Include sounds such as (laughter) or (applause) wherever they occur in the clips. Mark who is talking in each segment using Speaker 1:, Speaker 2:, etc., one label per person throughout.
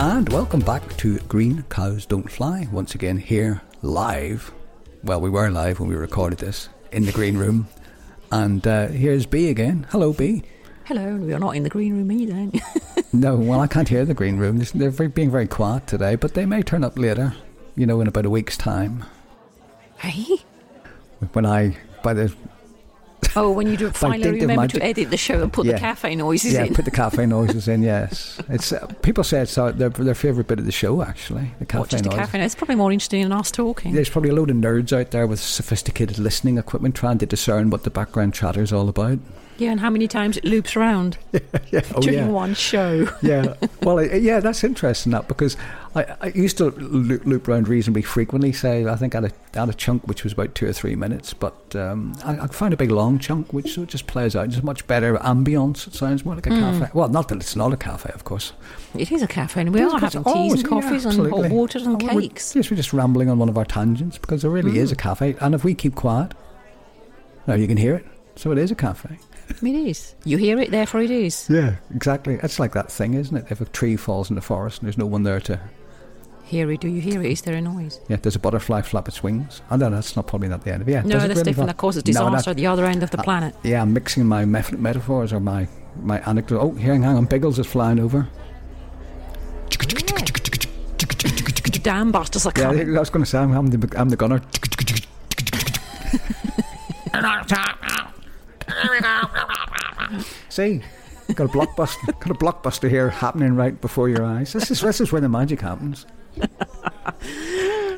Speaker 1: And welcome back to Green Cows Don't Fly. Once again, here live. Well, we were live when we recorded this in the green room. And uh, here's B again. Hello, B.
Speaker 2: Hello, we are not in the green room (laughs) either.
Speaker 1: No, well, I can't hear the green room. They're very- being very quiet today, but they may turn up later, you know, in about a week's time.
Speaker 2: hey?
Speaker 1: When I, by the,
Speaker 2: Oh, when you do finally
Speaker 1: think they
Speaker 2: remember
Speaker 1: might
Speaker 2: to
Speaker 1: do-
Speaker 2: edit the show and put
Speaker 1: Yeah.
Speaker 2: the cafe noises
Speaker 1: yeah,
Speaker 2: in.
Speaker 1: put the
Speaker 2: (laughs)
Speaker 1: cafe noises in, yes. It's uh, People say it's uh, their, their favourite bit of the show, actually, the cafe
Speaker 2: Watch the
Speaker 1: noises.
Speaker 2: cafe noise. It's probably more interesting than us talking.
Speaker 1: There's probably a load of nerds out there with sophisticated listening equipment trying to discern what the background chatter is all about. Oh,
Speaker 2: Yeah, and how many times it loops around
Speaker 1: Yeah,
Speaker 2: during one show.
Speaker 1: yeah. Well, I- yeah, that's interesting that because I, I used to loop, loop round reasonably frequently. Say, I think I had, a, I had a chunk which was about two or three minutes, but um, I, I found a big long chunk which sort of just plays out. It's much better ambience. It sounds more like a cafe. Well, not that it's not a cafe, of course.
Speaker 2: (laughs) It is a cafe, and we are having
Speaker 1: Oh,
Speaker 2: teas
Speaker 1: yeah,
Speaker 2: and coffees and
Speaker 1: absolutely.
Speaker 2: hot waters and
Speaker 1: Oh, we're-
Speaker 2: (laughs) cakes. Mm.
Speaker 1: Yes, we're just rambling on one of our tangents because there really is a cafe, and if we keep quiet, now you can hear it. So it is a cafe.
Speaker 2: I mean, it is. You hear it, therefore it is.
Speaker 1: Yeah, exactly. It's like that thing, isn't it? If a tree falls in the forest and there's no one there to
Speaker 2: Hear it, do you hear it? Is there a noise?
Speaker 1: Yeah, there's a butterfly flap its wings. I know that's not probably not the end of it. Yeah,
Speaker 2: No, Uh,
Speaker 1: does it
Speaker 2: that's
Speaker 1: really
Speaker 2: different.
Speaker 1: flap?
Speaker 2: That causes
Speaker 1: No, that-
Speaker 2: disaster at the other end of the (laughs) planet.
Speaker 1: yeah, I'm mixing my mef- metaphors or my my anecdote. Oh, here, hang on, Biggles is flying over.
Speaker 2: Damn busters are
Speaker 1: Yeah, I
Speaker 2: coming.
Speaker 1: think- I was going to say I'm, I'm the I'm the gunner. See, got a blockbuster, got a blockbuster here happening right before your eyes. This is this is where the magic happens.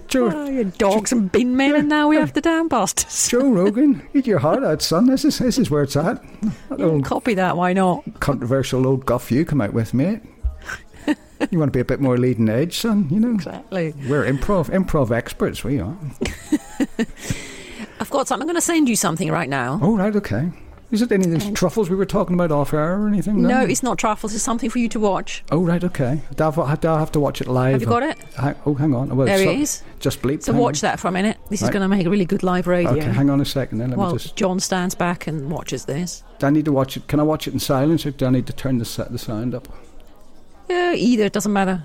Speaker 1: Joe,
Speaker 2: Oh, (laughs) you dogs and bin men, and now we have the damn busters.
Speaker 1: Joe Rogan, eat your heart out, son. This is this is where it's at. That old
Speaker 2: Copy that, why not?
Speaker 1: controversial old guff you come out with, mate. you want to be a bit more leading edge, son. You know,
Speaker 2: Exactly.
Speaker 1: we're improv improv experts. We are.
Speaker 2: I've got something. I'm going to send you something right now.
Speaker 1: Oh right, okay. Is it any of these truffles we were talking about off air or anything?
Speaker 2: No, it's not truffles. It's something for you to watch.
Speaker 1: Oh right, okay. Do I have, do I have to watch it live?
Speaker 2: Have you got it?
Speaker 1: Hi- oh, hang on. Well,
Speaker 2: There
Speaker 1: it's not-
Speaker 2: it is.
Speaker 1: Just bleep.
Speaker 2: So
Speaker 1: hang
Speaker 2: watch that for a minute. This
Speaker 1: Right.
Speaker 2: is going to make really good live
Speaker 1: on.
Speaker 2: radio.
Speaker 1: Okay, hang on a second. Then let
Speaker 2: While
Speaker 1: me just.
Speaker 2: John stands back and watches this.
Speaker 1: Do I need to watch it? Can I watch it in silence, or do I need to turn the sa- the sound up?
Speaker 2: Yeah, either it doesn't matter.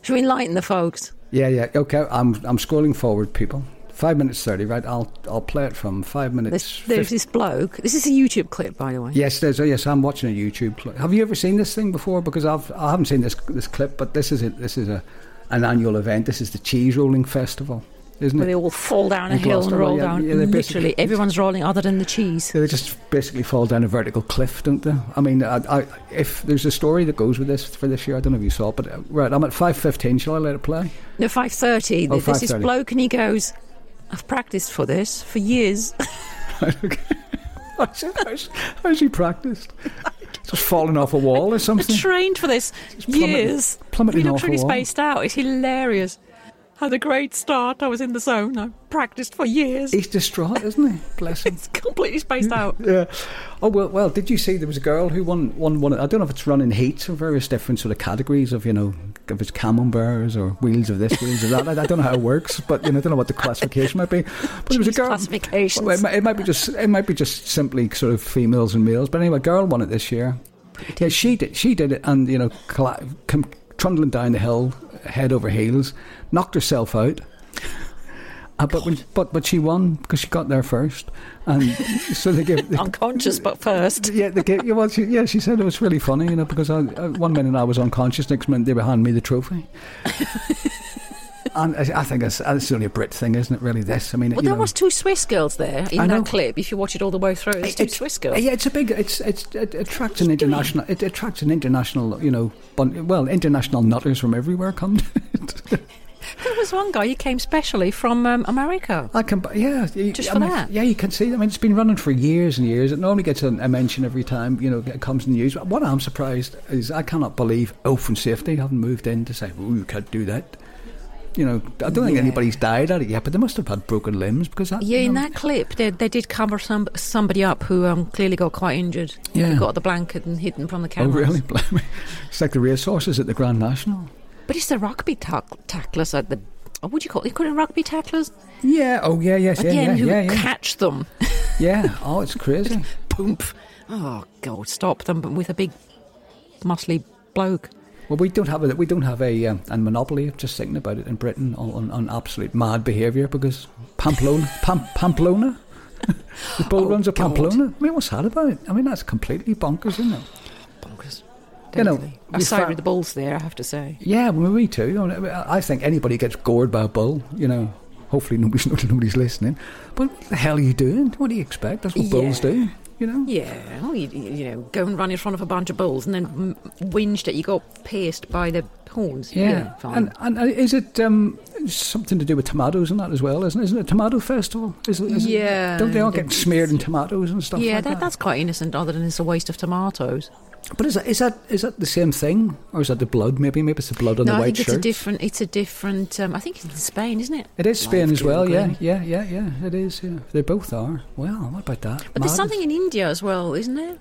Speaker 2: Should we enlighten the folks?
Speaker 1: Yeah, yeah. Okay, I'm I'm scrolling forward, people. Five minutes thirty, right? I'll I'll play it from five minutes.
Speaker 2: There's, there's
Speaker 1: 50
Speaker 2: this bloke. This is a YouTube clip, by the way.
Speaker 1: Yes, there's. oh, Yes, I'm watching a YouTube. clip. Have you ever seen this thing before? Because I've I haven't seen this this clip, but this is it. This is a an annual event. This is the cheese rolling festival, isn't
Speaker 2: Where
Speaker 1: it?
Speaker 2: they all fall down a
Speaker 1: In
Speaker 2: hill and
Speaker 1: Gloucester,
Speaker 2: roll
Speaker 1: yeah,
Speaker 2: down.
Speaker 1: yeah, they're basically-
Speaker 2: Literally, everyone's rolling other than the cheese.
Speaker 1: Yeah, they just basically fall down a vertical cliff, don't they? I mean, I, I, if there's a story that goes with this for this year, I don't know if you saw it, but uh, right, I'm at five fifteen. Shall I let it play? (laughs)
Speaker 2: No, 5.30.
Speaker 1: Oh,
Speaker 2: There's this
Speaker 1: 5:30.
Speaker 2: bloke and he goes, I've practiced for this for years.
Speaker 1: How's, how's, how's he
Speaker 2: (laughs)
Speaker 1: practiced? Just falling off a wall or
Speaker 2: I've
Speaker 1: something?
Speaker 2: trained
Speaker 1: (laughs)
Speaker 2: for this
Speaker 1: plummeting-
Speaker 2: years.
Speaker 1: plummeting
Speaker 2: he
Speaker 1: off
Speaker 2: looks
Speaker 1: a
Speaker 2: really
Speaker 1: wall.
Speaker 2: spaced out. It's hilarious. Had a great start. I was in the zone. I practiced for years.
Speaker 1: He's distraught, isn't he? Bless him.
Speaker 2: It's completely spaced out.
Speaker 1: Yeah. Oh well, well. Did you see there was a girl who won won one? I don't know if it's running heats or various different sort of categories of you know if it's camemberts or wheels of this, wheels of that. I, I don't know how it works, but you know I don't know what the classification might be. But there was a
Speaker 2: Jeez,
Speaker 1: girl.
Speaker 2: classifications.
Speaker 1: Well, it, might, it might be just it might be just simply sort of females and males. But anyway, a girl won it this year. Yeah, she did. She did it, and you know, colla- come trundling down the hill, head over heels, knocked herself out. Uh, but, when, but but she won because she got there first, and so they gave.
Speaker 2: Unconscious, but
Speaker 1: (laughs)
Speaker 2: first.
Speaker 1: Yeah, they gave, yeah, well, she, yeah, she said it was really funny, you know, because I, I, one minute I was unconscious, next minute they were handing me the trophy.
Speaker 2: (laughs)
Speaker 1: and I, I think it's, it's only a Brit thing, isn't it? Really, this. I mean,
Speaker 2: Well,
Speaker 1: you
Speaker 2: there
Speaker 1: know.
Speaker 2: was two Swiss girls there in
Speaker 1: I know.
Speaker 2: that clip. If you watch it all the way through, there's two
Speaker 1: It's-
Speaker 2: Swiss girls.
Speaker 1: Yeah, it's a big. It's, it's it attracts an international. It attracts an international. You know, bun, well, international nutters from everywhere come. to it.
Speaker 2: There was one guy who came specially from um, America.
Speaker 1: I can. bu- Yeah, you-
Speaker 2: Just
Speaker 1: I
Speaker 2: for
Speaker 1: mean,
Speaker 2: that?
Speaker 1: Yeah, you can see. I mean, it's been running for years and years. It normally gets a, a mention every time. You know, it comes in the news. What I'm surprised is I cannot believe Oath and Safety haven't moved in to say, "Oh, you can't do that." You know, I don't think
Speaker 2: Yeah.
Speaker 1: anybody's died at it yet, but they must have had broken limbs because that.
Speaker 2: Yeah,
Speaker 1: you
Speaker 2: in
Speaker 1: know-
Speaker 2: that clip, they, they did cover some somebody up who um, clearly got quite injured.
Speaker 1: Yeah.
Speaker 2: They got the blanket and hidden from the
Speaker 1: Oh,
Speaker 2: camera.
Speaker 1: really? (laughs) Blimey. It's like the racehorses at the Grand National.
Speaker 2: But it's the rugby tack- tacklers at the. oh, What do you call it? You call it rugby tacklers?
Speaker 1: Yeah. Oh, yeah. Yes.
Speaker 2: At
Speaker 1: Yeah.
Speaker 2: the end,
Speaker 1: Yeah.
Speaker 2: who
Speaker 1: Yeah.
Speaker 2: (laughs)
Speaker 1: Yeah.
Speaker 2: catch them.
Speaker 1: Yeah. Oh, it's crazy.
Speaker 2: Boomp. Oh, God, stop them with a big, muscly bloke.
Speaker 1: Well, we don't have a we don't have a um, a monopoly. Just thinking about it in Britain on, on, on absolute mad behaviour because Pamplona, Pam, Pamplona, (laughs) the bull
Speaker 2: Oh,
Speaker 1: runs of
Speaker 2: God.
Speaker 1: Pamplona. I mean, what's that about? I mean, that's completely bonkers, isn't it?
Speaker 2: Bonkers.
Speaker 1: You know,
Speaker 2: Definitely. I
Speaker 1: we
Speaker 2: side
Speaker 1: found-
Speaker 2: with the bulls there, I have to say.
Speaker 1: Yeah, well, me too. I mean, I think anybody gets gored by a bull, you know. Hopefully nobody's (laughs) nobody's listening. But what the hell are you doing? What do you expect? That's what bulls
Speaker 2: Yeah.
Speaker 1: do, you know.
Speaker 2: Yeah, well, you, you know, go and run in front of a bunch of bulls and then m- whinge that you got pierced by the horns. fine.
Speaker 1: and and uh, is it um, something to do with tomatoes and that as well? Isn't it? isn't it a tomato festival? Is it, is it-
Speaker 2: Yeah,
Speaker 1: don't they all
Speaker 2: I
Speaker 1: get
Speaker 2: think
Speaker 1: smeared in tomatoes and stuff?
Speaker 2: yeah,
Speaker 1: like
Speaker 2: that,
Speaker 1: that,
Speaker 2: that's quite innocent, other than it's a waste of tomatoes.
Speaker 1: But is that is that is that the same thing, or is that the blood? Maybe maybe it's the blood on
Speaker 2: no,
Speaker 1: the
Speaker 2: I
Speaker 1: white
Speaker 2: think it's a
Speaker 1: shirt.
Speaker 2: different. It's a different. Um, I think it's in Spain, isn't it?
Speaker 1: it is Spain
Speaker 2: Life
Speaker 1: as well. Yeah,
Speaker 2: green.
Speaker 1: yeah, yeah, yeah. It is. Yeah, they both are. Well, what about that?
Speaker 2: But there's
Speaker 1: Mad.
Speaker 2: something in India as well, isn't it?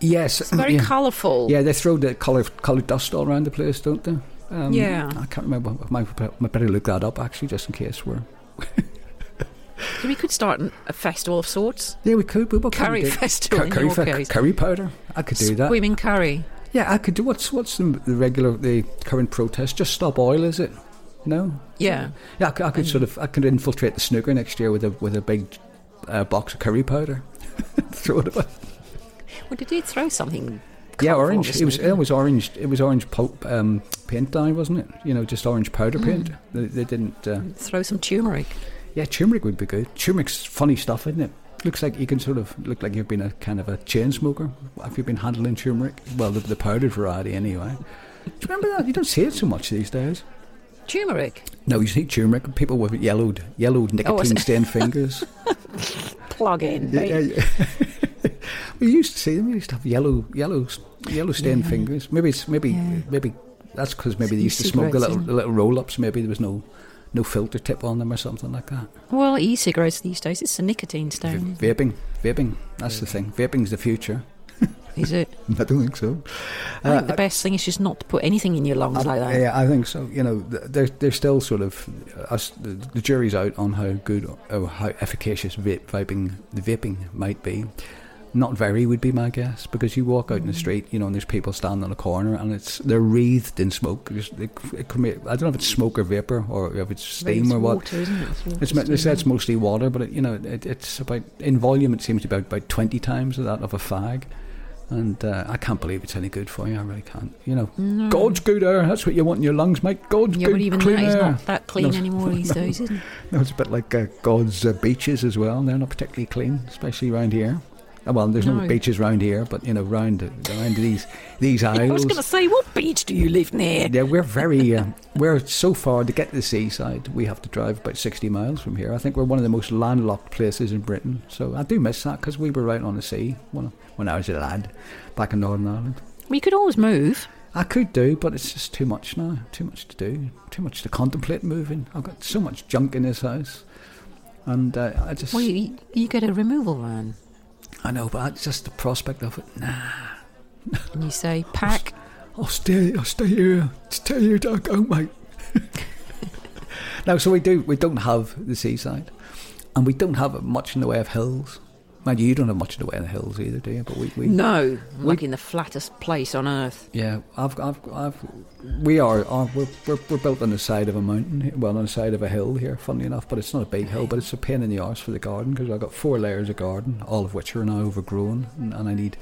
Speaker 1: Yes,
Speaker 2: It's very
Speaker 1: yeah.
Speaker 2: colourful.
Speaker 1: (laughs) Yeah, they throw the colour coloured dust all around the place, don't they? Um,
Speaker 2: Yeah.
Speaker 1: I can't remember. I might, I might better look that up actually, just in case we're.
Speaker 2: So we could start an- a festival of sorts.
Speaker 1: Yeah, we could. But what can
Speaker 2: Curry
Speaker 1: we do?
Speaker 2: festival.
Speaker 1: Cu-
Speaker 2: in
Speaker 1: curry,
Speaker 2: your
Speaker 1: fa-
Speaker 2: case.
Speaker 1: curry powder. I could do that.
Speaker 2: Swimming curry.
Speaker 1: Yeah, I could do. What's what's the, the regular the current protest? Just stop oil, is it? No.
Speaker 2: Yeah.
Speaker 1: Yeah, I could, I could sort of I could infiltrate the snooker next year with a with a big uh, box of curry powder. (laughs) Throw it about.
Speaker 2: Well, did you throw something?
Speaker 1: Yeah,
Speaker 2: colourful on
Speaker 1: orange.
Speaker 2: this
Speaker 1: It was
Speaker 2: thing?
Speaker 1: it was orange. It was orange po- um, paint dye, wasn't it? You know, just orange powder
Speaker 2: Hmm.
Speaker 1: paint. They, they didn't. Uh,
Speaker 2: Throw some turmeric.
Speaker 1: yeah, turmeric would be good. Turmeric's funny stuff, isn't it? Looks like you can sort of look like you've been a kind of a chain smoker. Have you been handling turmeric? Well, the, the powdered variety, anyway. Do you remember that? You don't see it so much these days.
Speaker 2: Turmeric.
Speaker 1: No, you see turmeric. People with yellowed, yellowed
Speaker 2: Oh, I see.
Speaker 1: nicotine stained fingers.
Speaker 2: (laughs) Plug in.
Speaker 1: Yeah,
Speaker 2: mate.
Speaker 1: yeah, (laughs) yeah. we used to see them. We used to have yellow, yellow, yellow stained fingers. Maybe it's maybe
Speaker 2: Yeah.
Speaker 1: maybe that's because maybe they
Speaker 2: Some
Speaker 1: used to smoke the
Speaker 2: cigarettes,
Speaker 1: little
Speaker 2: isn't
Speaker 1: the little roll ups. Maybe there was no no filter tip on them or something like that.
Speaker 2: Well, e-cigarettes these days, it's a nicotine stone,
Speaker 1: V- vaping, vaping. That's the thing. Vaping's the future.
Speaker 2: is it?
Speaker 1: I don't think so.
Speaker 2: I think the best thing is just not to put anything in your lungs like that.
Speaker 1: Uh, Yeah, I think so. You know, th- they're they're still sort of us. The, the jury's out on how good or how efficacious vape, vaping the vaping might be. Not very would be my guess because you walk out
Speaker 2: Mm.
Speaker 1: in the street, you know, and there's people standing on a corner and it's they're wreathed in smoke. Just- It, it can be, I don't know if it's smoke or vapor or if it's
Speaker 2: But
Speaker 1: steam
Speaker 2: it's
Speaker 1: or what.
Speaker 2: water, isn't it? It's, water
Speaker 1: It's, meant- they
Speaker 2: steam.
Speaker 1: say it's mostly water, but it, you know, it, it's about in volume. It seems to be about, about twenty times that of a fag, and uh, I can't believe it's any good for you. I really can't. You know, God's good air. That's what you want in your lungs, mate. God's
Speaker 2: Hmm. Yeah,
Speaker 1: good
Speaker 2: but even
Speaker 1: clean
Speaker 2: that is
Speaker 1: air.
Speaker 2: not that clean
Speaker 1: (laughs) No.
Speaker 2: anymore these days, isn't it?
Speaker 1: No, it's a bit like uh, God's uh, beaches as well. They're not particularly clean, especially around here. Uh, Well, there's no,
Speaker 2: No.
Speaker 1: beaches round here, but you know, round round these these
Speaker 2: (laughs) I was
Speaker 1: isles.
Speaker 2: going to say, what beach do you live near?
Speaker 1: Yeah, we're very uh, we're so far to get to the seaside. We have to drive about sixty miles from here. I think we're one of the most landlocked places in Britain. So I do miss that because we were out on the sea when when I was a lad back in Northern Ireland.
Speaker 2: We could always move.
Speaker 1: I could do, but it's just too much now. Too much to do. Too much to contemplate moving. I've got so much junk in this house, and uh, I just
Speaker 2: Well, you, you get a removal van,
Speaker 1: I know, but it's just the prospect of it. Nah,
Speaker 2: and you say, pack.
Speaker 1: I'll stay. I'll stay here. Stay here, till I go, mate. (laughs) no, so we do. We don't have the seaside, and we don't have much in the way of hills. Mind you, you don't have much in the way of the hills either, do you? But we, we
Speaker 2: No, I'm like in the flattest place on earth.
Speaker 1: yeah, I've, I've, I've, we are, are we're, we're, we're built on the side of a mountain, well, on the side of a hill here, funnily enough, but it's not a big hill, but it's a pain in the arse for the garden because I've got four layers of garden, all of which are now overgrown, and, and I need,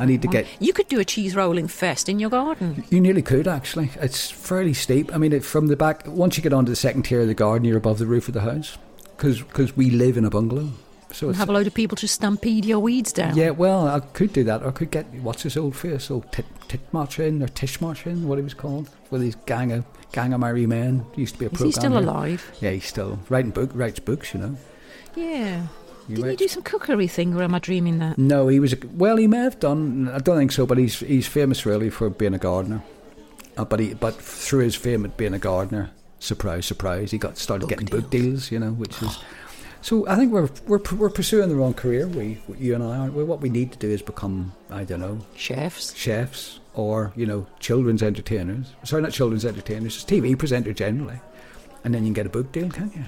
Speaker 1: I need to get
Speaker 2: You could do a cheese rolling fest in your garden.
Speaker 1: You nearly could actually. It's fairly steep. I mean, it, from the back, once you get onto the second tier of the garden, you're above the roof of the house because we live in a bungalow. So
Speaker 2: And
Speaker 1: it's,
Speaker 2: have a load of people to stampede your weeds down.
Speaker 1: yeah, well, I could do that. I could get what's his old face, old Tit Titmarsh in or Tishmarsh in, what he was called, with his gang of gang of merry men. He used to be a
Speaker 2: Is he still
Speaker 1: programmer.
Speaker 2: alive?
Speaker 1: Yeah, he's still writing book writes books. You know.
Speaker 2: Yeah.
Speaker 1: He
Speaker 2: Didn't you
Speaker 1: writes-
Speaker 2: do some cookery thing, or am I dreaming that?
Speaker 1: No, he was. A, well, he may have done. I don't think so, but he's he's famous really for being a gardener. Uh, but he, but through his fame at being a gardener, surprise, surprise, he got started
Speaker 2: Book
Speaker 1: getting book deals. You know, which is. So I think we're we're we're pursuing the wrong career. We you and I aren't. We what we need to do is become I don't know
Speaker 2: Chefs.
Speaker 1: chefs or you know children's entertainers. Sorry, not children's entertainers. Just TV presenter generally, and then you can get a book deal, can't you?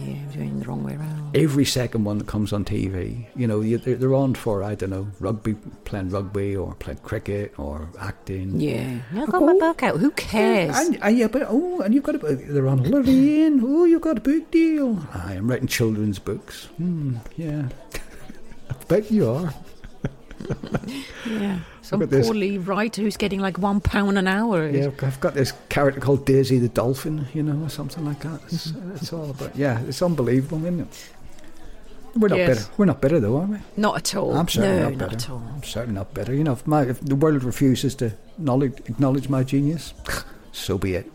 Speaker 2: Yeah, I'm doing the wrong way around.
Speaker 1: Every second one that comes on TV, you know, you, they're, they're on for I don't know rugby, playing rugby or playing cricket or acting.
Speaker 2: Yeah. I've got my
Speaker 1: Oh.
Speaker 2: book out. Who cares?
Speaker 1: And, and yeah, but oh, and you've got a, book- they're on Holiday Inn. Oh, you've got a book deal. I am writing children's books. Hmm, yeah. I bet you are.
Speaker 2: yeah. Some
Speaker 1: Look at this.
Speaker 2: poorly writer who's getting like one pound an hour.
Speaker 1: Yeah, I've- I've got this character called Daisy the Dolphin, you know, or something like that.
Speaker 2: (laughs)
Speaker 1: It's, it's all about, yeah, it's unbelievable, isn't it? We're not
Speaker 2: Yes.
Speaker 1: bitter. We're not bitter, though, are we?
Speaker 2: Not at all.
Speaker 1: I'm certainly
Speaker 2: no,
Speaker 1: not
Speaker 2: not
Speaker 1: better.
Speaker 2: at all.
Speaker 1: I'm certainly not bitter. You know, if, my, if the world refuses to knowledge, acknowledge my genius, so be it.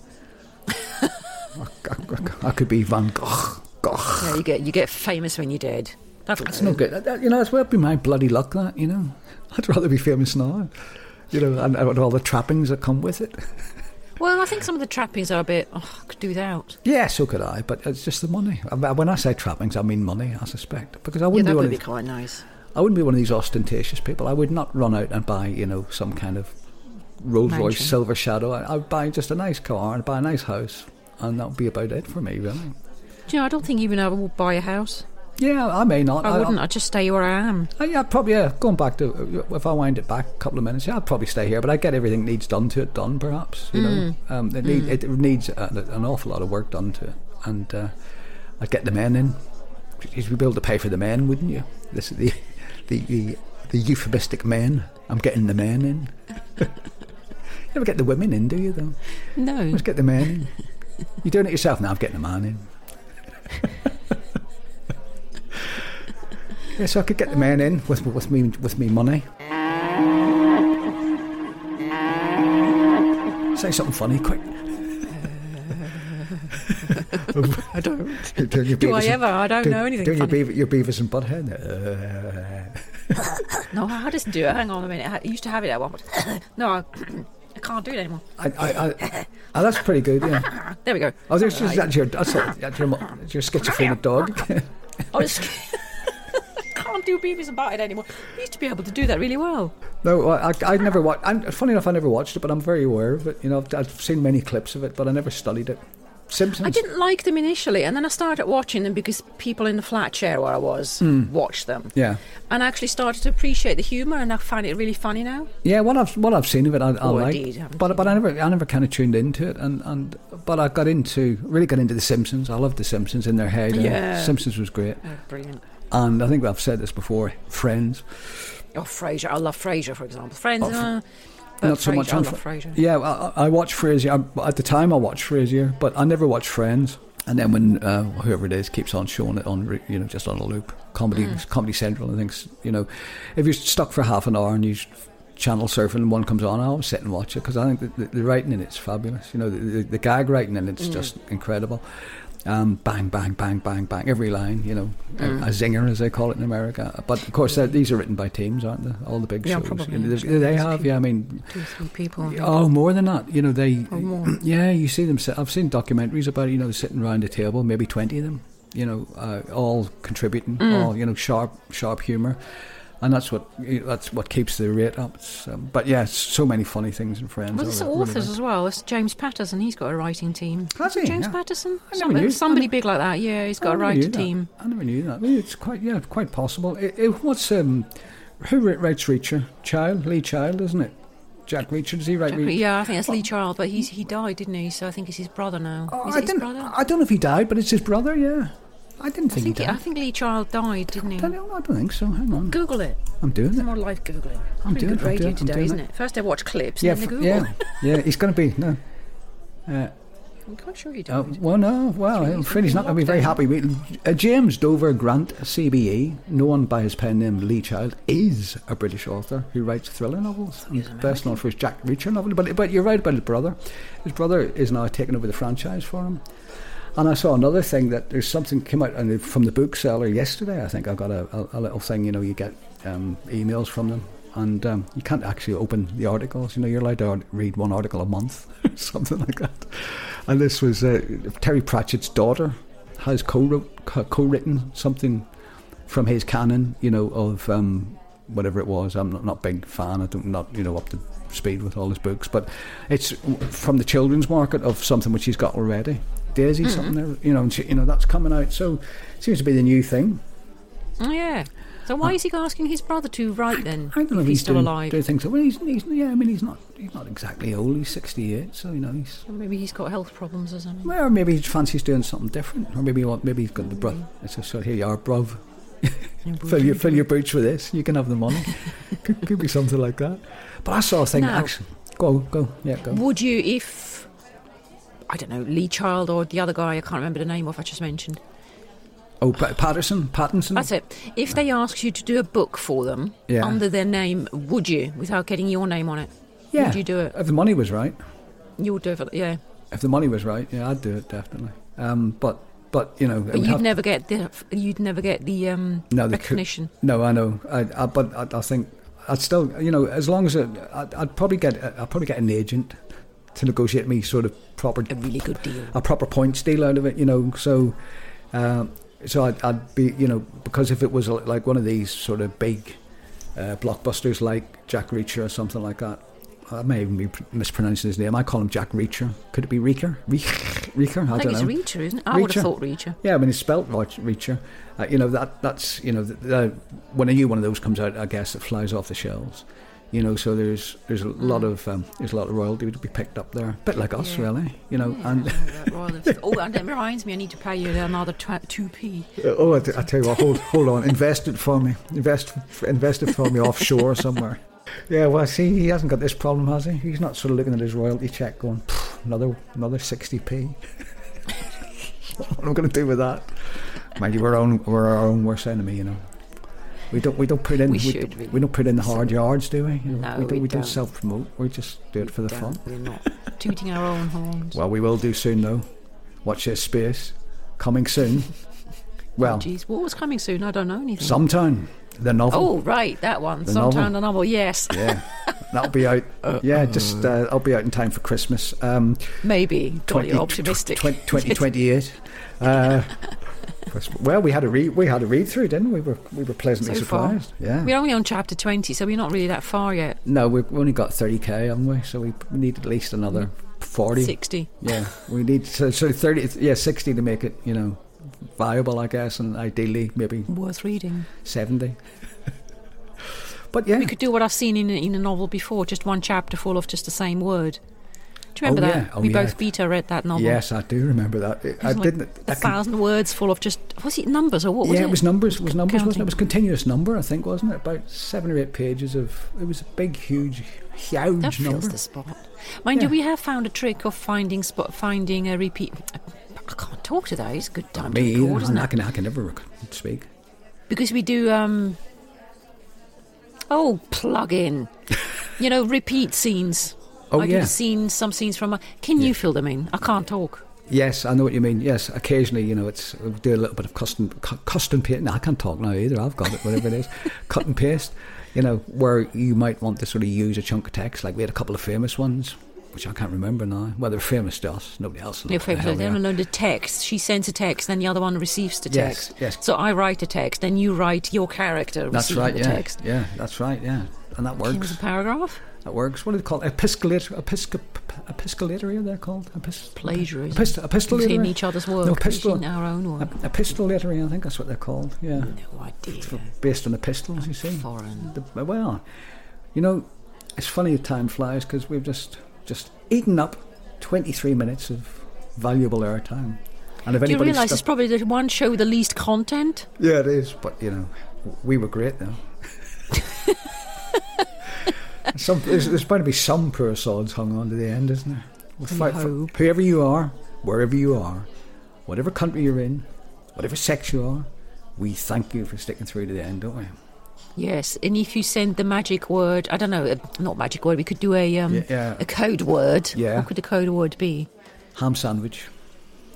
Speaker 1: I, I- I- I could be Van Gogh. Gogh.
Speaker 2: Yeah, you get you get famous when you're dead. That's, that's
Speaker 1: It's no good. That- that- you know, it's well be my bloody luck. That you know, I'd rather be famous now. You know, and, and all the trappings that come with it.
Speaker 2: Well, I think some of the trappings are a bit. Oh, I could do without.
Speaker 1: Yeah, so could I, but it's just the money. I- I- When I say trappings, I mean money. I suspect because I
Speaker 2: Yeah,
Speaker 1: wouldn't
Speaker 2: that
Speaker 1: be one
Speaker 2: would
Speaker 1: of
Speaker 2: be
Speaker 1: these,
Speaker 2: quite nice.
Speaker 1: I wouldn't be one of these ostentatious people. I would not run out and buy you know some kind of Rolls Royce
Speaker 2: Mansion.
Speaker 1: Silver Shadow. I, I would buy just a nice car and buy a nice house, and that would be about it for me, really.
Speaker 2: Do you know, I don't think even I would buy a house.
Speaker 1: Yeah, I may not.
Speaker 2: I, wouldn't. I'd just stay where I am.
Speaker 1: Uh, yeah, probably. Yeah, going back to uh, if I wind it back a couple of minutes, yeah, I'd probably stay here. But I get everything needs done to it done. Perhaps you know, um, it, need, it needs a, an awful lot of work done to it, and uh, I'd get the men in. You'd be able to pay for the men, wouldn't you? This is the the the, the euphemistic men. I'm getting the men in. (laughs) you never get the women in, do you? Though,
Speaker 2: No.
Speaker 1: let's get the men in. You're doing it yourself now. I'm getting the man in. yeah, so I could get the men in with with me with me money. Say something funny, quick.
Speaker 2: (laughs) I don't.
Speaker 1: Doing your
Speaker 2: Do I
Speaker 1: Beavis and-
Speaker 2: ever? I don't
Speaker 1: doing-
Speaker 2: know anything.
Speaker 1: Doing your,
Speaker 2: funny.
Speaker 1: beaver, your Beavis and Butthead. Uh,
Speaker 2: No, I just do it. Hang on a minute. I used to have it at one point. (coughs) no, I, I can't do it anymore. Ah,
Speaker 1: I, I, I, oh, that's pretty good, yeah.
Speaker 2: There we go.
Speaker 1: Oh, there's just,
Speaker 2: Right.
Speaker 1: that's, your, that's, your, that's your mo- that's your schizophrenic dog.
Speaker 2: (laughs) I just can't do Beavis and Butthead anymore. I used to be able to do that really well.
Speaker 1: No, I, I- I never watched. And funny enough, I never watched it, but I'm very aware of it. You know, I've, I've seen many clips of it, but I never studied it. Simpsons.
Speaker 2: I didn't like them initially, and then I started watching them because people in the flat chair where I was watched them.
Speaker 1: Yeah,
Speaker 2: And I actually started to appreciate the humour, and I find it really funny now.
Speaker 1: yeah. What I've what I've seen of it, I, I
Speaker 2: Oh,
Speaker 1: like.
Speaker 2: indeed, I haven't
Speaker 1: but but I never I never kind of tuned into it, and, and but I got into really got into the Simpsons. I loved the Simpsons in their head.
Speaker 2: Yeah.
Speaker 1: Simpsons was great,
Speaker 2: Oh, brilliant.
Speaker 1: and I think I've said this before. Friends,
Speaker 2: Oh, Frasier. I love Frasier, for example. Friends,
Speaker 1: Oh, Fr-
Speaker 2: uh, but
Speaker 1: not so
Speaker 2: Frasier,
Speaker 1: much
Speaker 2: I
Speaker 1: on
Speaker 2: love
Speaker 1: Fr-
Speaker 2: Frasier.
Speaker 1: Yeah, well, I, I watch Frasier. I, at the time, I watched Frasier, but I never watched Friends. And then when uh, whoever it is keeps on showing it on, re- you know, just on a loop, comedy,
Speaker 2: Mm.
Speaker 1: Comedy Central, I think, s- you know, if you're stuck for half an hour and you s- channel surfing and one comes on, I always sit and watch it because I think the, the, the writing in it's fabulous. You know, the, the, the gag writing in
Speaker 2: Mm.
Speaker 1: it's just incredible. Um, bang, bang, bang, bang, bang, every line, you know, a-
Speaker 2: Mm.
Speaker 1: a zinger as they call it in America. But of course, they're- these are written by teams, aren't they? All the big
Speaker 2: Yeah,
Speaker 1: shows.
Speaker 2: probably,
Speaker 1: You know, they,
Speaker 2: actually.
Speaker 1: they
Speaker 2: There's
Speaker 1: have,
Speaker 2: people-
Speaker 1: yeah, I mean,
Speaker 2: Two or three people. I think.
Speaker 1: Oh, more than that. You know, they.
Speaker 2: Mm-hmm. Oh, more.
Speaker 1: (clears throat) Yeah, you see them. sit- I've seen documentaries about it, you know they're sitting around a table, maybe twenty of them. You know, uh, all contributing,
Speaker 2: Mm.
Speaker 1: all you know, sharp, sharp humour, and that's what that's what keeps the rate up. It's, um, but yeah, it's so many funny things in Friends.
Speaker 2: Well,
Speaker 1: I
Speaker 2: there's
Speaker 1: really
Speaker 2: authors
Speaker 1: like.
Speaker 2: as well. It's James Patterson. He's got a writing team.
Speaker 1: Has he?
Speaker 2: James
Speaker 1: Yeah.
Speaker 2: Patterson?
Speaker 1: I never
Speaker 2: Somebody,
Speaker 1: knew. Oh,
Speaker 2: somebody big like that. Yeah, he's
Speaker 1: I
Speaker 2: got a
Speaker 1: never knew
Speaker 2: writing
Speaker 1: that.
Speaker 2: team.
Speaker 1: I never knew that. Well, It's quite yeah, quite possible. It, it, what's um, who wri- writes Reacher? Child, Lee Child, isn't it? Jack Reacher. Does he write? Reacher?
Speaker 2: Yeah, I think that's Lee Child, but he's he died, didn't he? So I think it's his brother now.
Speaker 1: Oh,
Speaker 2: Is
Speaker 1: I
Speaker 2: it his
Speaker 1: didn't.
Speaker 2: brother?
Speaker 1: I don't know if he died, but it's his brother. Yeah, I didn't think,
Speaker 2: I think,
Speaker 1: he
Speaker 2: he-
Speaker 1: died.
Speaker 2: I think Lee Child died, didn't he?
Speaker 1: I don't, I don't think so. Hang on.
Speaker 2: Google it.
Speaker 1: I'm doing
Speaker 2: Some
Speaker 1: it.
Speaker 2: more live googling.
Speaker 1: I'm
Speaker 2: Pretty
Speaker 1: doing it,
Speaker 2: good
Speaker 1: I'm doing
Speaker 2: radio
Speaker 1: it, I'm
Speaker 2: today,
Speaker 1: doing
Speaker 2: isn't
Speaker 1: it.
Speaker 2: it? First I watch clips,
Speaker 1: Yeah,
Speaker 2: and then
Speaker 1: f-
Speaker 2: the Google.
Speaker 1: yeah, (laughs) yeah. He's going to be no.
Speaker 2: I'm quite sure he died.
Speaker 1: Uh, well, no. Well,
Speaker 2: Jeez,
Speaker 1: I'm afraid he's not going to be very
Speaker 2: lockdown.
Speaker 1: happy. We- Uh, James Dover Grant, CBE, known by his pen name Lee Child, is a British author who writes thriller novels. He's best known for his Jack Reacher novel. But but you're right about his brother. His brother is now taking over the franchise for him. And I saw another thing that there's something came out and it- from the bookseller yesterday. I think I got a, a, a little thing. You know, you get um, emails from them, and um, you can't actually open the articles. You know, you're allowed to ar- read one article a month, (laughs) something like that. And this was uh, Terry Pratchett's daughter has co-wrote, co- co-written something from his canon. You know, of um, whatever it was. I'm not, not a big fan. I don't not you know up to speed with all his books, but it's w- from the children's market of something which he's got already. Daisy
Speaker 2: Mm-hmm.
Speaker 1: something there, you know, and she, you know that's coming out. So it seems to be the new thing.
Speaker 2: Oh, yeah. So why is he asking his brother to write then?
Speaker 1: I don't know
Speaker 2: if
Speaker 1: if
Speaker 2: he's, still
Speaker 1: doing,
Speaker 2: alive.
Speaker 1: doing things. Well, he's, he's yeah. I mean, he's not he's not exactly old. He's sixty eight, so you know he's.
Speaker 2: Maybe he's got health problems or something.
Speaker 1: Well, maybe he fancies doing something different, or maybe he want, maybe he's got the bruv.
Speaker 2: Mm-hmm.
Speaker 1: It's a sort of here you are, bruv. fill your fill your boots with this. You can have the
Speaker 2: (laughs)
Speaker 1: money. could, could be something like that. But I saw a thing.
Speaker 2: Now-
Speaker 1: Actually, go go yeah go.
Speaker 2: Would you if I don't know Lee Child or the other guy I can't remember the name of I just mentioned.
Speaker 1: Oh, Pa- Patterson, Pattinson.
Speaker 2: That's it. If they asked you to do a book for them
Speaker 1: Yeah.
Speaker 2: under their name, would you, without getting your name on it?
Speaker 1: Yeah.
Speaker 2: Would you do it?
Speaker 1: If the money was right,
Speaker 2: You would do it. For, yeah.
Speaker 1: if the money was right, yeah, I'd do it definitely. Um, but but you know, it
Speaker 2: But
Speaker 1: would
Speaker 2: you'd
Speaker 1: have-
Speaker 2: never get the you'd never get the um,
Speaker 1: No, the cou-
Speaker 2: recognition.
Speaker 1: No, I know. I, I but I, I think I'd still, you know, as long as it, I'd, I'd probably get, I'd probably get an agent to negotiate me sort of proper,
Speaker 2: A really good deal.
Speaker 1: a proper points deal out of it, you know. So, um, so I'd, I'd be, you know, because if it was li- like one of these sort of big uh, blockbusters like Jack Reacher or something like that. I may even be pr- mispronouncing his name. I call him Jack Reacher. Could it be Reacher? Reacher? Reacher? I,
Speaker 2: I,
Speaker 1: don't
Speaker 2: think
Speaker 1: know.
Speaker 2: it's Reacher, isn't it? I would
Speaker 1: Reacher.
Speaker 2: have thought Reacher.
Speaker 1: Yeah, I mean, it's spelt Reach- Reacher. Uh, you know that that's you know th the, when a new one of those comes out, I guess it flies off the shelves. You know, so there's there's a lot of um, there's a lot of royalty to be picked up there, bit like us,
Speaker 2: Mm. Yeah.
Speaker 1: really. You know,
Speaker 2: Yeah,
Speaker 1: and
Speaker 2: that royalist. oh, and it reminds me, I need to pay you another two p.
Speaker 1: oh, I, t- I tell you what, hold hold on, invest it for me, invest invest it for me offshore somewhere. Yeah, well, see, he hasn't got this problem, has he? He's not sort of looking at his royalty check, going "Pff, another another sixty p. (laughs) what am I going to do with that? Mind you, we're our own we're our own worst enemy, you know. We don't we don't put in
Speaker 2: We
Speaker 1: d-
Speaker 2: should be.
Speaker 1: we don't put in the hard yards, do we? You know,
Speaker 2: No,
Speaker 1: we don't
Speaker 2: we
Speaker 1: we don't
Speaker 2: don't.
Speaker 1: self promote. We just do it for the fun.
Speaker 2: We're not tooting our own horns.
Speaker 1: Well, we will do soon though. Watch this space. Coming soon.
Speaker 2: Oh,
Speaker 1: Well,
Speaker 2: Jeez, what was coming soon? I don't know anything.
Speaker 1: sometime the novel.
Speaker 2: oh, right, that one.
Speaker 1: The
Speaker 2: Sometime the novel, yes.
Speaker 1: Yeah, that'll be
Speaker 2: (laughs)
Speaker 1: out. yeah, just uh, I'll be out in time for Christmas. Um,
Speaker 2: Maybe. God,
Speaker 1: 20
Speaker 2: you're optimistic. (laughs)
Speaker 1: 20, 2028. Uh, Christmas- well, we had a read. We had a read through, didn't we? We were we were pleasantly
Speaker 2: So far.
Speaker 1: surprised. Yeah.
Speaker 2: We're only on chapter 20, so we're not really that far yet.
Speaker 1: no, we've only got 30k, haven't we? So we need at least another
Speaker 2: Mm.
Speaker 1: 40.
Speaker 2: 60.
Speaker 1: Yeah, we need so, so 30. Yeah, 60 to make it. You know, viable, I guess, and ideally maybe
Speaker 2: Worth reading.
Speaker 1: 70. (laughs) but yeah,
Speaker 2: We could do what I've seen in a, in a novel before, just one chapter full of just the same word. Do you remember
Speaker 1: Oh,
Speaker 2: that?
Speaker 1: yeah. Oh,
Speaker 2: we
Speaker 1: yeah.
Speaker 2: both beta read that novel.
Speaker 1: yes, I do remember that. It- I
Speaker 2: It was like
Speaker 1: didn't.
Speaker 2: A
Speaker 1: I can-
Speaker 2: thousand words full of just, was it numbers or what was
Speaker 1: yeah,
Speaker 2: it?
Speaker 1: it was numbers. It was numbers, wasn't it?
Speaker 2: counting.
Speaker 1: It was continuous number, I think, wasn't it? About seven or eight pages of. It was a big, huge, huge
Speaker 2: That fills
Speaker 1: number.
Speaker 2: the spot. Mind
Speaker 1: Yeah.
Speaker 2: you, we have found a trick of finding spot, finding a repeat. I can't talk today. It's a good time
Speaker 1: Me,
Speaker 2: to record,
Speaker 1: either.
Speaker 2: isn't
Speaker 1: I
Speaker 2: it?
Speaker 1: can, I can never rec- speak.
Speaker 2: Because we do. um Oh,
Speaker 1: (laughs)
Speaker 2: plug in. you know, repeat scenes.
Speaker 1: Oh,
Speaker 2: like
Speaker 1: yeah.
Speaker 2: You've seen some scenes from. Can you fill them in? I can't talk.
Speaker 1: Yes, I know what you mean. Yes, occasionally, you know, it's we do a little bit of custom cu- custom paste. No, I can't talk now either. I've got it, whatever
Speaker 2: (laughs)
Speaker 1: it is, cut and paste. You know, where you might want to sort of use a chunk of text. Like we had a couple of famous ones, which I can't remember now. Well, they're famous to us. Nobody else. will know
Speaker 2: No,
Speaker 1: what the
Speaker 2: for
Speaker 1: hell they
Speaker 2: example,
Speaker 1: are.
Speaker 2: no, the text. She sends a text, then the other one receives the
Speaker 1: Yes,
Speaker 2: text.
Speaker 1: yes.
Speaker 2: So I write a text, then you write your character
Speaker 1: That's
Speaker 2: receiving
Speaker 1: right.
Speaker 2: the
Speaker 1: Yeah,
Speaker 2: text.
Speaker 1: yeah, that's right. Yeah, and that
Speaker 2: It
Speaker 1: works.
Speaker 2: was a paragraph.
Speaker 1: That works. What do they call it? Episcolator, episcop, episcolatory, are they called? Epis,
Speaker 2: Plagiarism.
Speaker 1: epist,
Speaker 2: in
Speaker 1: epistolatory?
Speaker 2: each other's work,
Speaker 1: No, pistol-
Speaker 2: using our own work.
Speaker 1: Ep- epistolatory, I think that's what they're called. Yeah.
Speaker 2: No idea.
Speaker 1: Based on epistles, you see.
Speaker 2: Foreign.
Speaker 1: The- well, you know, it's funny how time flies because we've just, just eaten up 23 minutes of valuable airtime. And if
Speaker 2: Do you
Speaker 1: anybody's
Speaker 2: realise it's
Speaker 1: stuck-
Speaker 2: probably the one show with the least content?
Speaker 1: Yeah, it is. But you know, w- we were great
Speaker 2: (laughs)
Speaker 1: though. some, there's, there's going to be some poor sods hung on to the end, isn't there? Well,
Speaker 2: We
Speaker 1: fi- fi-
Speaker 2: hope.
Speaker 1: whoever you are, wherever you are, whatever country you're in, whatever sex you are, we thank you for sticking through to the end, don't we?
Speaker 2: Yes, and if you send the magic word, I don't know, uh, not magic word. We could do a um,
Speaker 1: Yeah, yeah.
Speaker 2: a code word.
Speaker 1: Yeah.
Speaker 2: What could the code word be?
Speaker 1: Ham sandwich.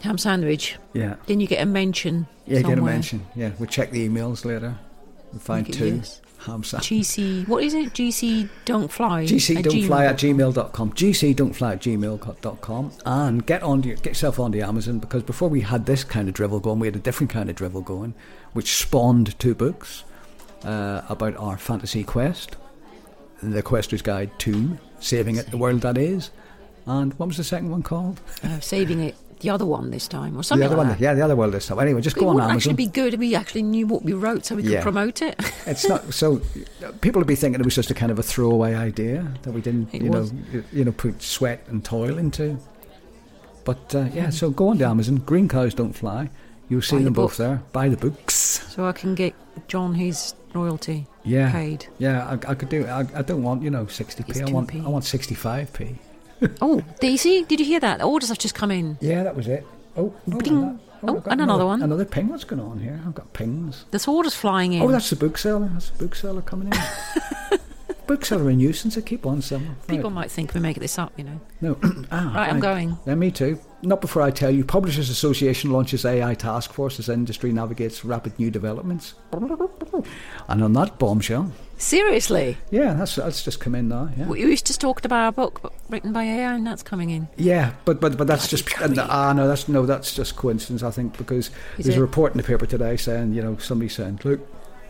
Speaker 2: Ham sandwich.
Speaker 1: Yeah.
Speaker 2: Then you get a mention.
Speaker 1: Yeah, get a
Speaker 2: somewhere.
Speaker 1: mention. Yeah, we'll check the emails later and find
Speaker 2: Look at
Speaker 1: two
Speaker 2: this.
Speaker 1: ham sandwich.
Speaker 2: GC. What is it? GC don't fly.
Speaker 1: GC
Speaker 2: at
Speaker 1: don't
Speaker 2: Gmail.
Speaker 1: fly at gmail.com. GC don't fly at gmail.com. And get on your, get yourself onto Amazon because before we had this kind of drivel going, we had a different kind of drivel going, which spawned two books uh, about our fantasy quest The Quester's Guide to Saving It, the World That Is. And what was the second one called?
Speaker 2: Uh, saving it. the other one this time or something
Speaker 1: the other
Speaker 2: like
Speaker 1: one,
Speaker 2: that.
Speaker 1: yeah, the other one this time. Anyway, just
Speaker 2: It
Speaker 1: go
Speaker 2: would
Speaker 1: on
Speaker 2: actually
Speaker 1: Amazon.
Speaker 2: be good if we actually knew what we wrote so we could
Speaker 1: Yeah.
Speaker 2: promote it. (laughs)
Speaker 1: It's not so. People would be thinking it was just a kind of a throwaway idea that we didn't,
Speaker 2: It
Speaker 1: you
Speaker 2: was.
Speaker 1: know, you- you know, put sweat and toil into. But uh, yeah, so go on to Amazon. Green cows don't fly. You'll see
Speaker 2: Buy the
Speaker 1: them both
Speaker 2: book.
Speaker 1: there. Buy the books.
Speaker 2: so I can get John his royalty
Speaker 1: Yeah,
Speaker 2: paid.
Speaker 1: yeah. I, I could do. it. I, I don't want you know sixty p.
Speaker 2: It's
Speaker 1: I want
Speaker 2: 10p.
Speaker 1: I want sixty five p.
Speaker 2: Oh, do you see? Did you hear that? The orders have just come in.
Speaker 1: Yeah, that was it. Oh, oh,
Speaker 2: Bling.
Speaker 1: and that-
Speaker 2: Oh,
Speaker 1: I've got
Speaker 2: and another one.
Speaker 1: Another ping. What's going on here? I've got pings.
Speaker 2: There's orders flying in.
Speaker 1: Oh, that's the bookseller. That's the bookseller coming in.
Speaker 2: (laughs)
Speaker 1: bookseller a nuisance. I keep on selling. Right.
Speaker 2: People might think we make this up, you know.
Speaker 1: No. (clears throat) ah,
Speaker 2: Right, I'm going.
Speaker 1: Yeah, me too. Not before I tell you. Publishers Association launches AI task force as industry navigates rapid new
Speaker 2: (laughs)
Speaker 1: developments. And on that bombshell,
Speaker 2: Seriously,
Speaker 1: yeah, that's that's just come in now. Yeah,
Speaker 2: we we was just talking about our book but written by AI, and that's coming in.
Speaker 1: yeah, but but but that's just
Speaker 2: Bloody hell.
Speaker 1: ah no, that's no, that's just coincidence. I think because
Speaker 2: Is
Speaker 1: there's
Speaker 2: it?
Speaker 1: a report in the paper today saying you know somebody saying look,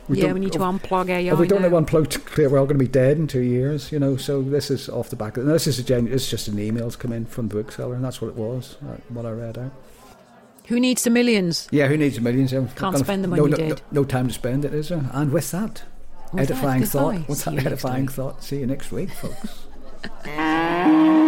Speaker 1: we
Speaker 2: yeah,
Speaker 1: don't-
Speaker 2: we need to unplug AI.
Speaker 1: If we don't
Speaker 2: now.
Speaker 1: have unplugged clear, we're all going to be dead in two years, you know. So this is off the back. Of, and this is a genu- It's just an email's come in from the bookseller, and that's what it was. uh, What I read out.
Speaker 2: Who needs the millions?
Speaker 1: Yeah, who needs millions? Can't
Speaker 2: Can't spend them when
Speaker 1: no,
Speaker 2: you
Speaker 1: no,
Speaker 2: did.
Speaker 1: No, no time to spend it, is there? And with that,
Speaker 2: With that,
Speaker 1: edifying thought.
Speaker 2: goodbye.
Speaker 1: With
Speaker 2: See
Speaker 1: that
Speaker 2: you next
Speaker 1: edifying
Speaker 2: week.
Speaker 1: thought. See you next week, folks.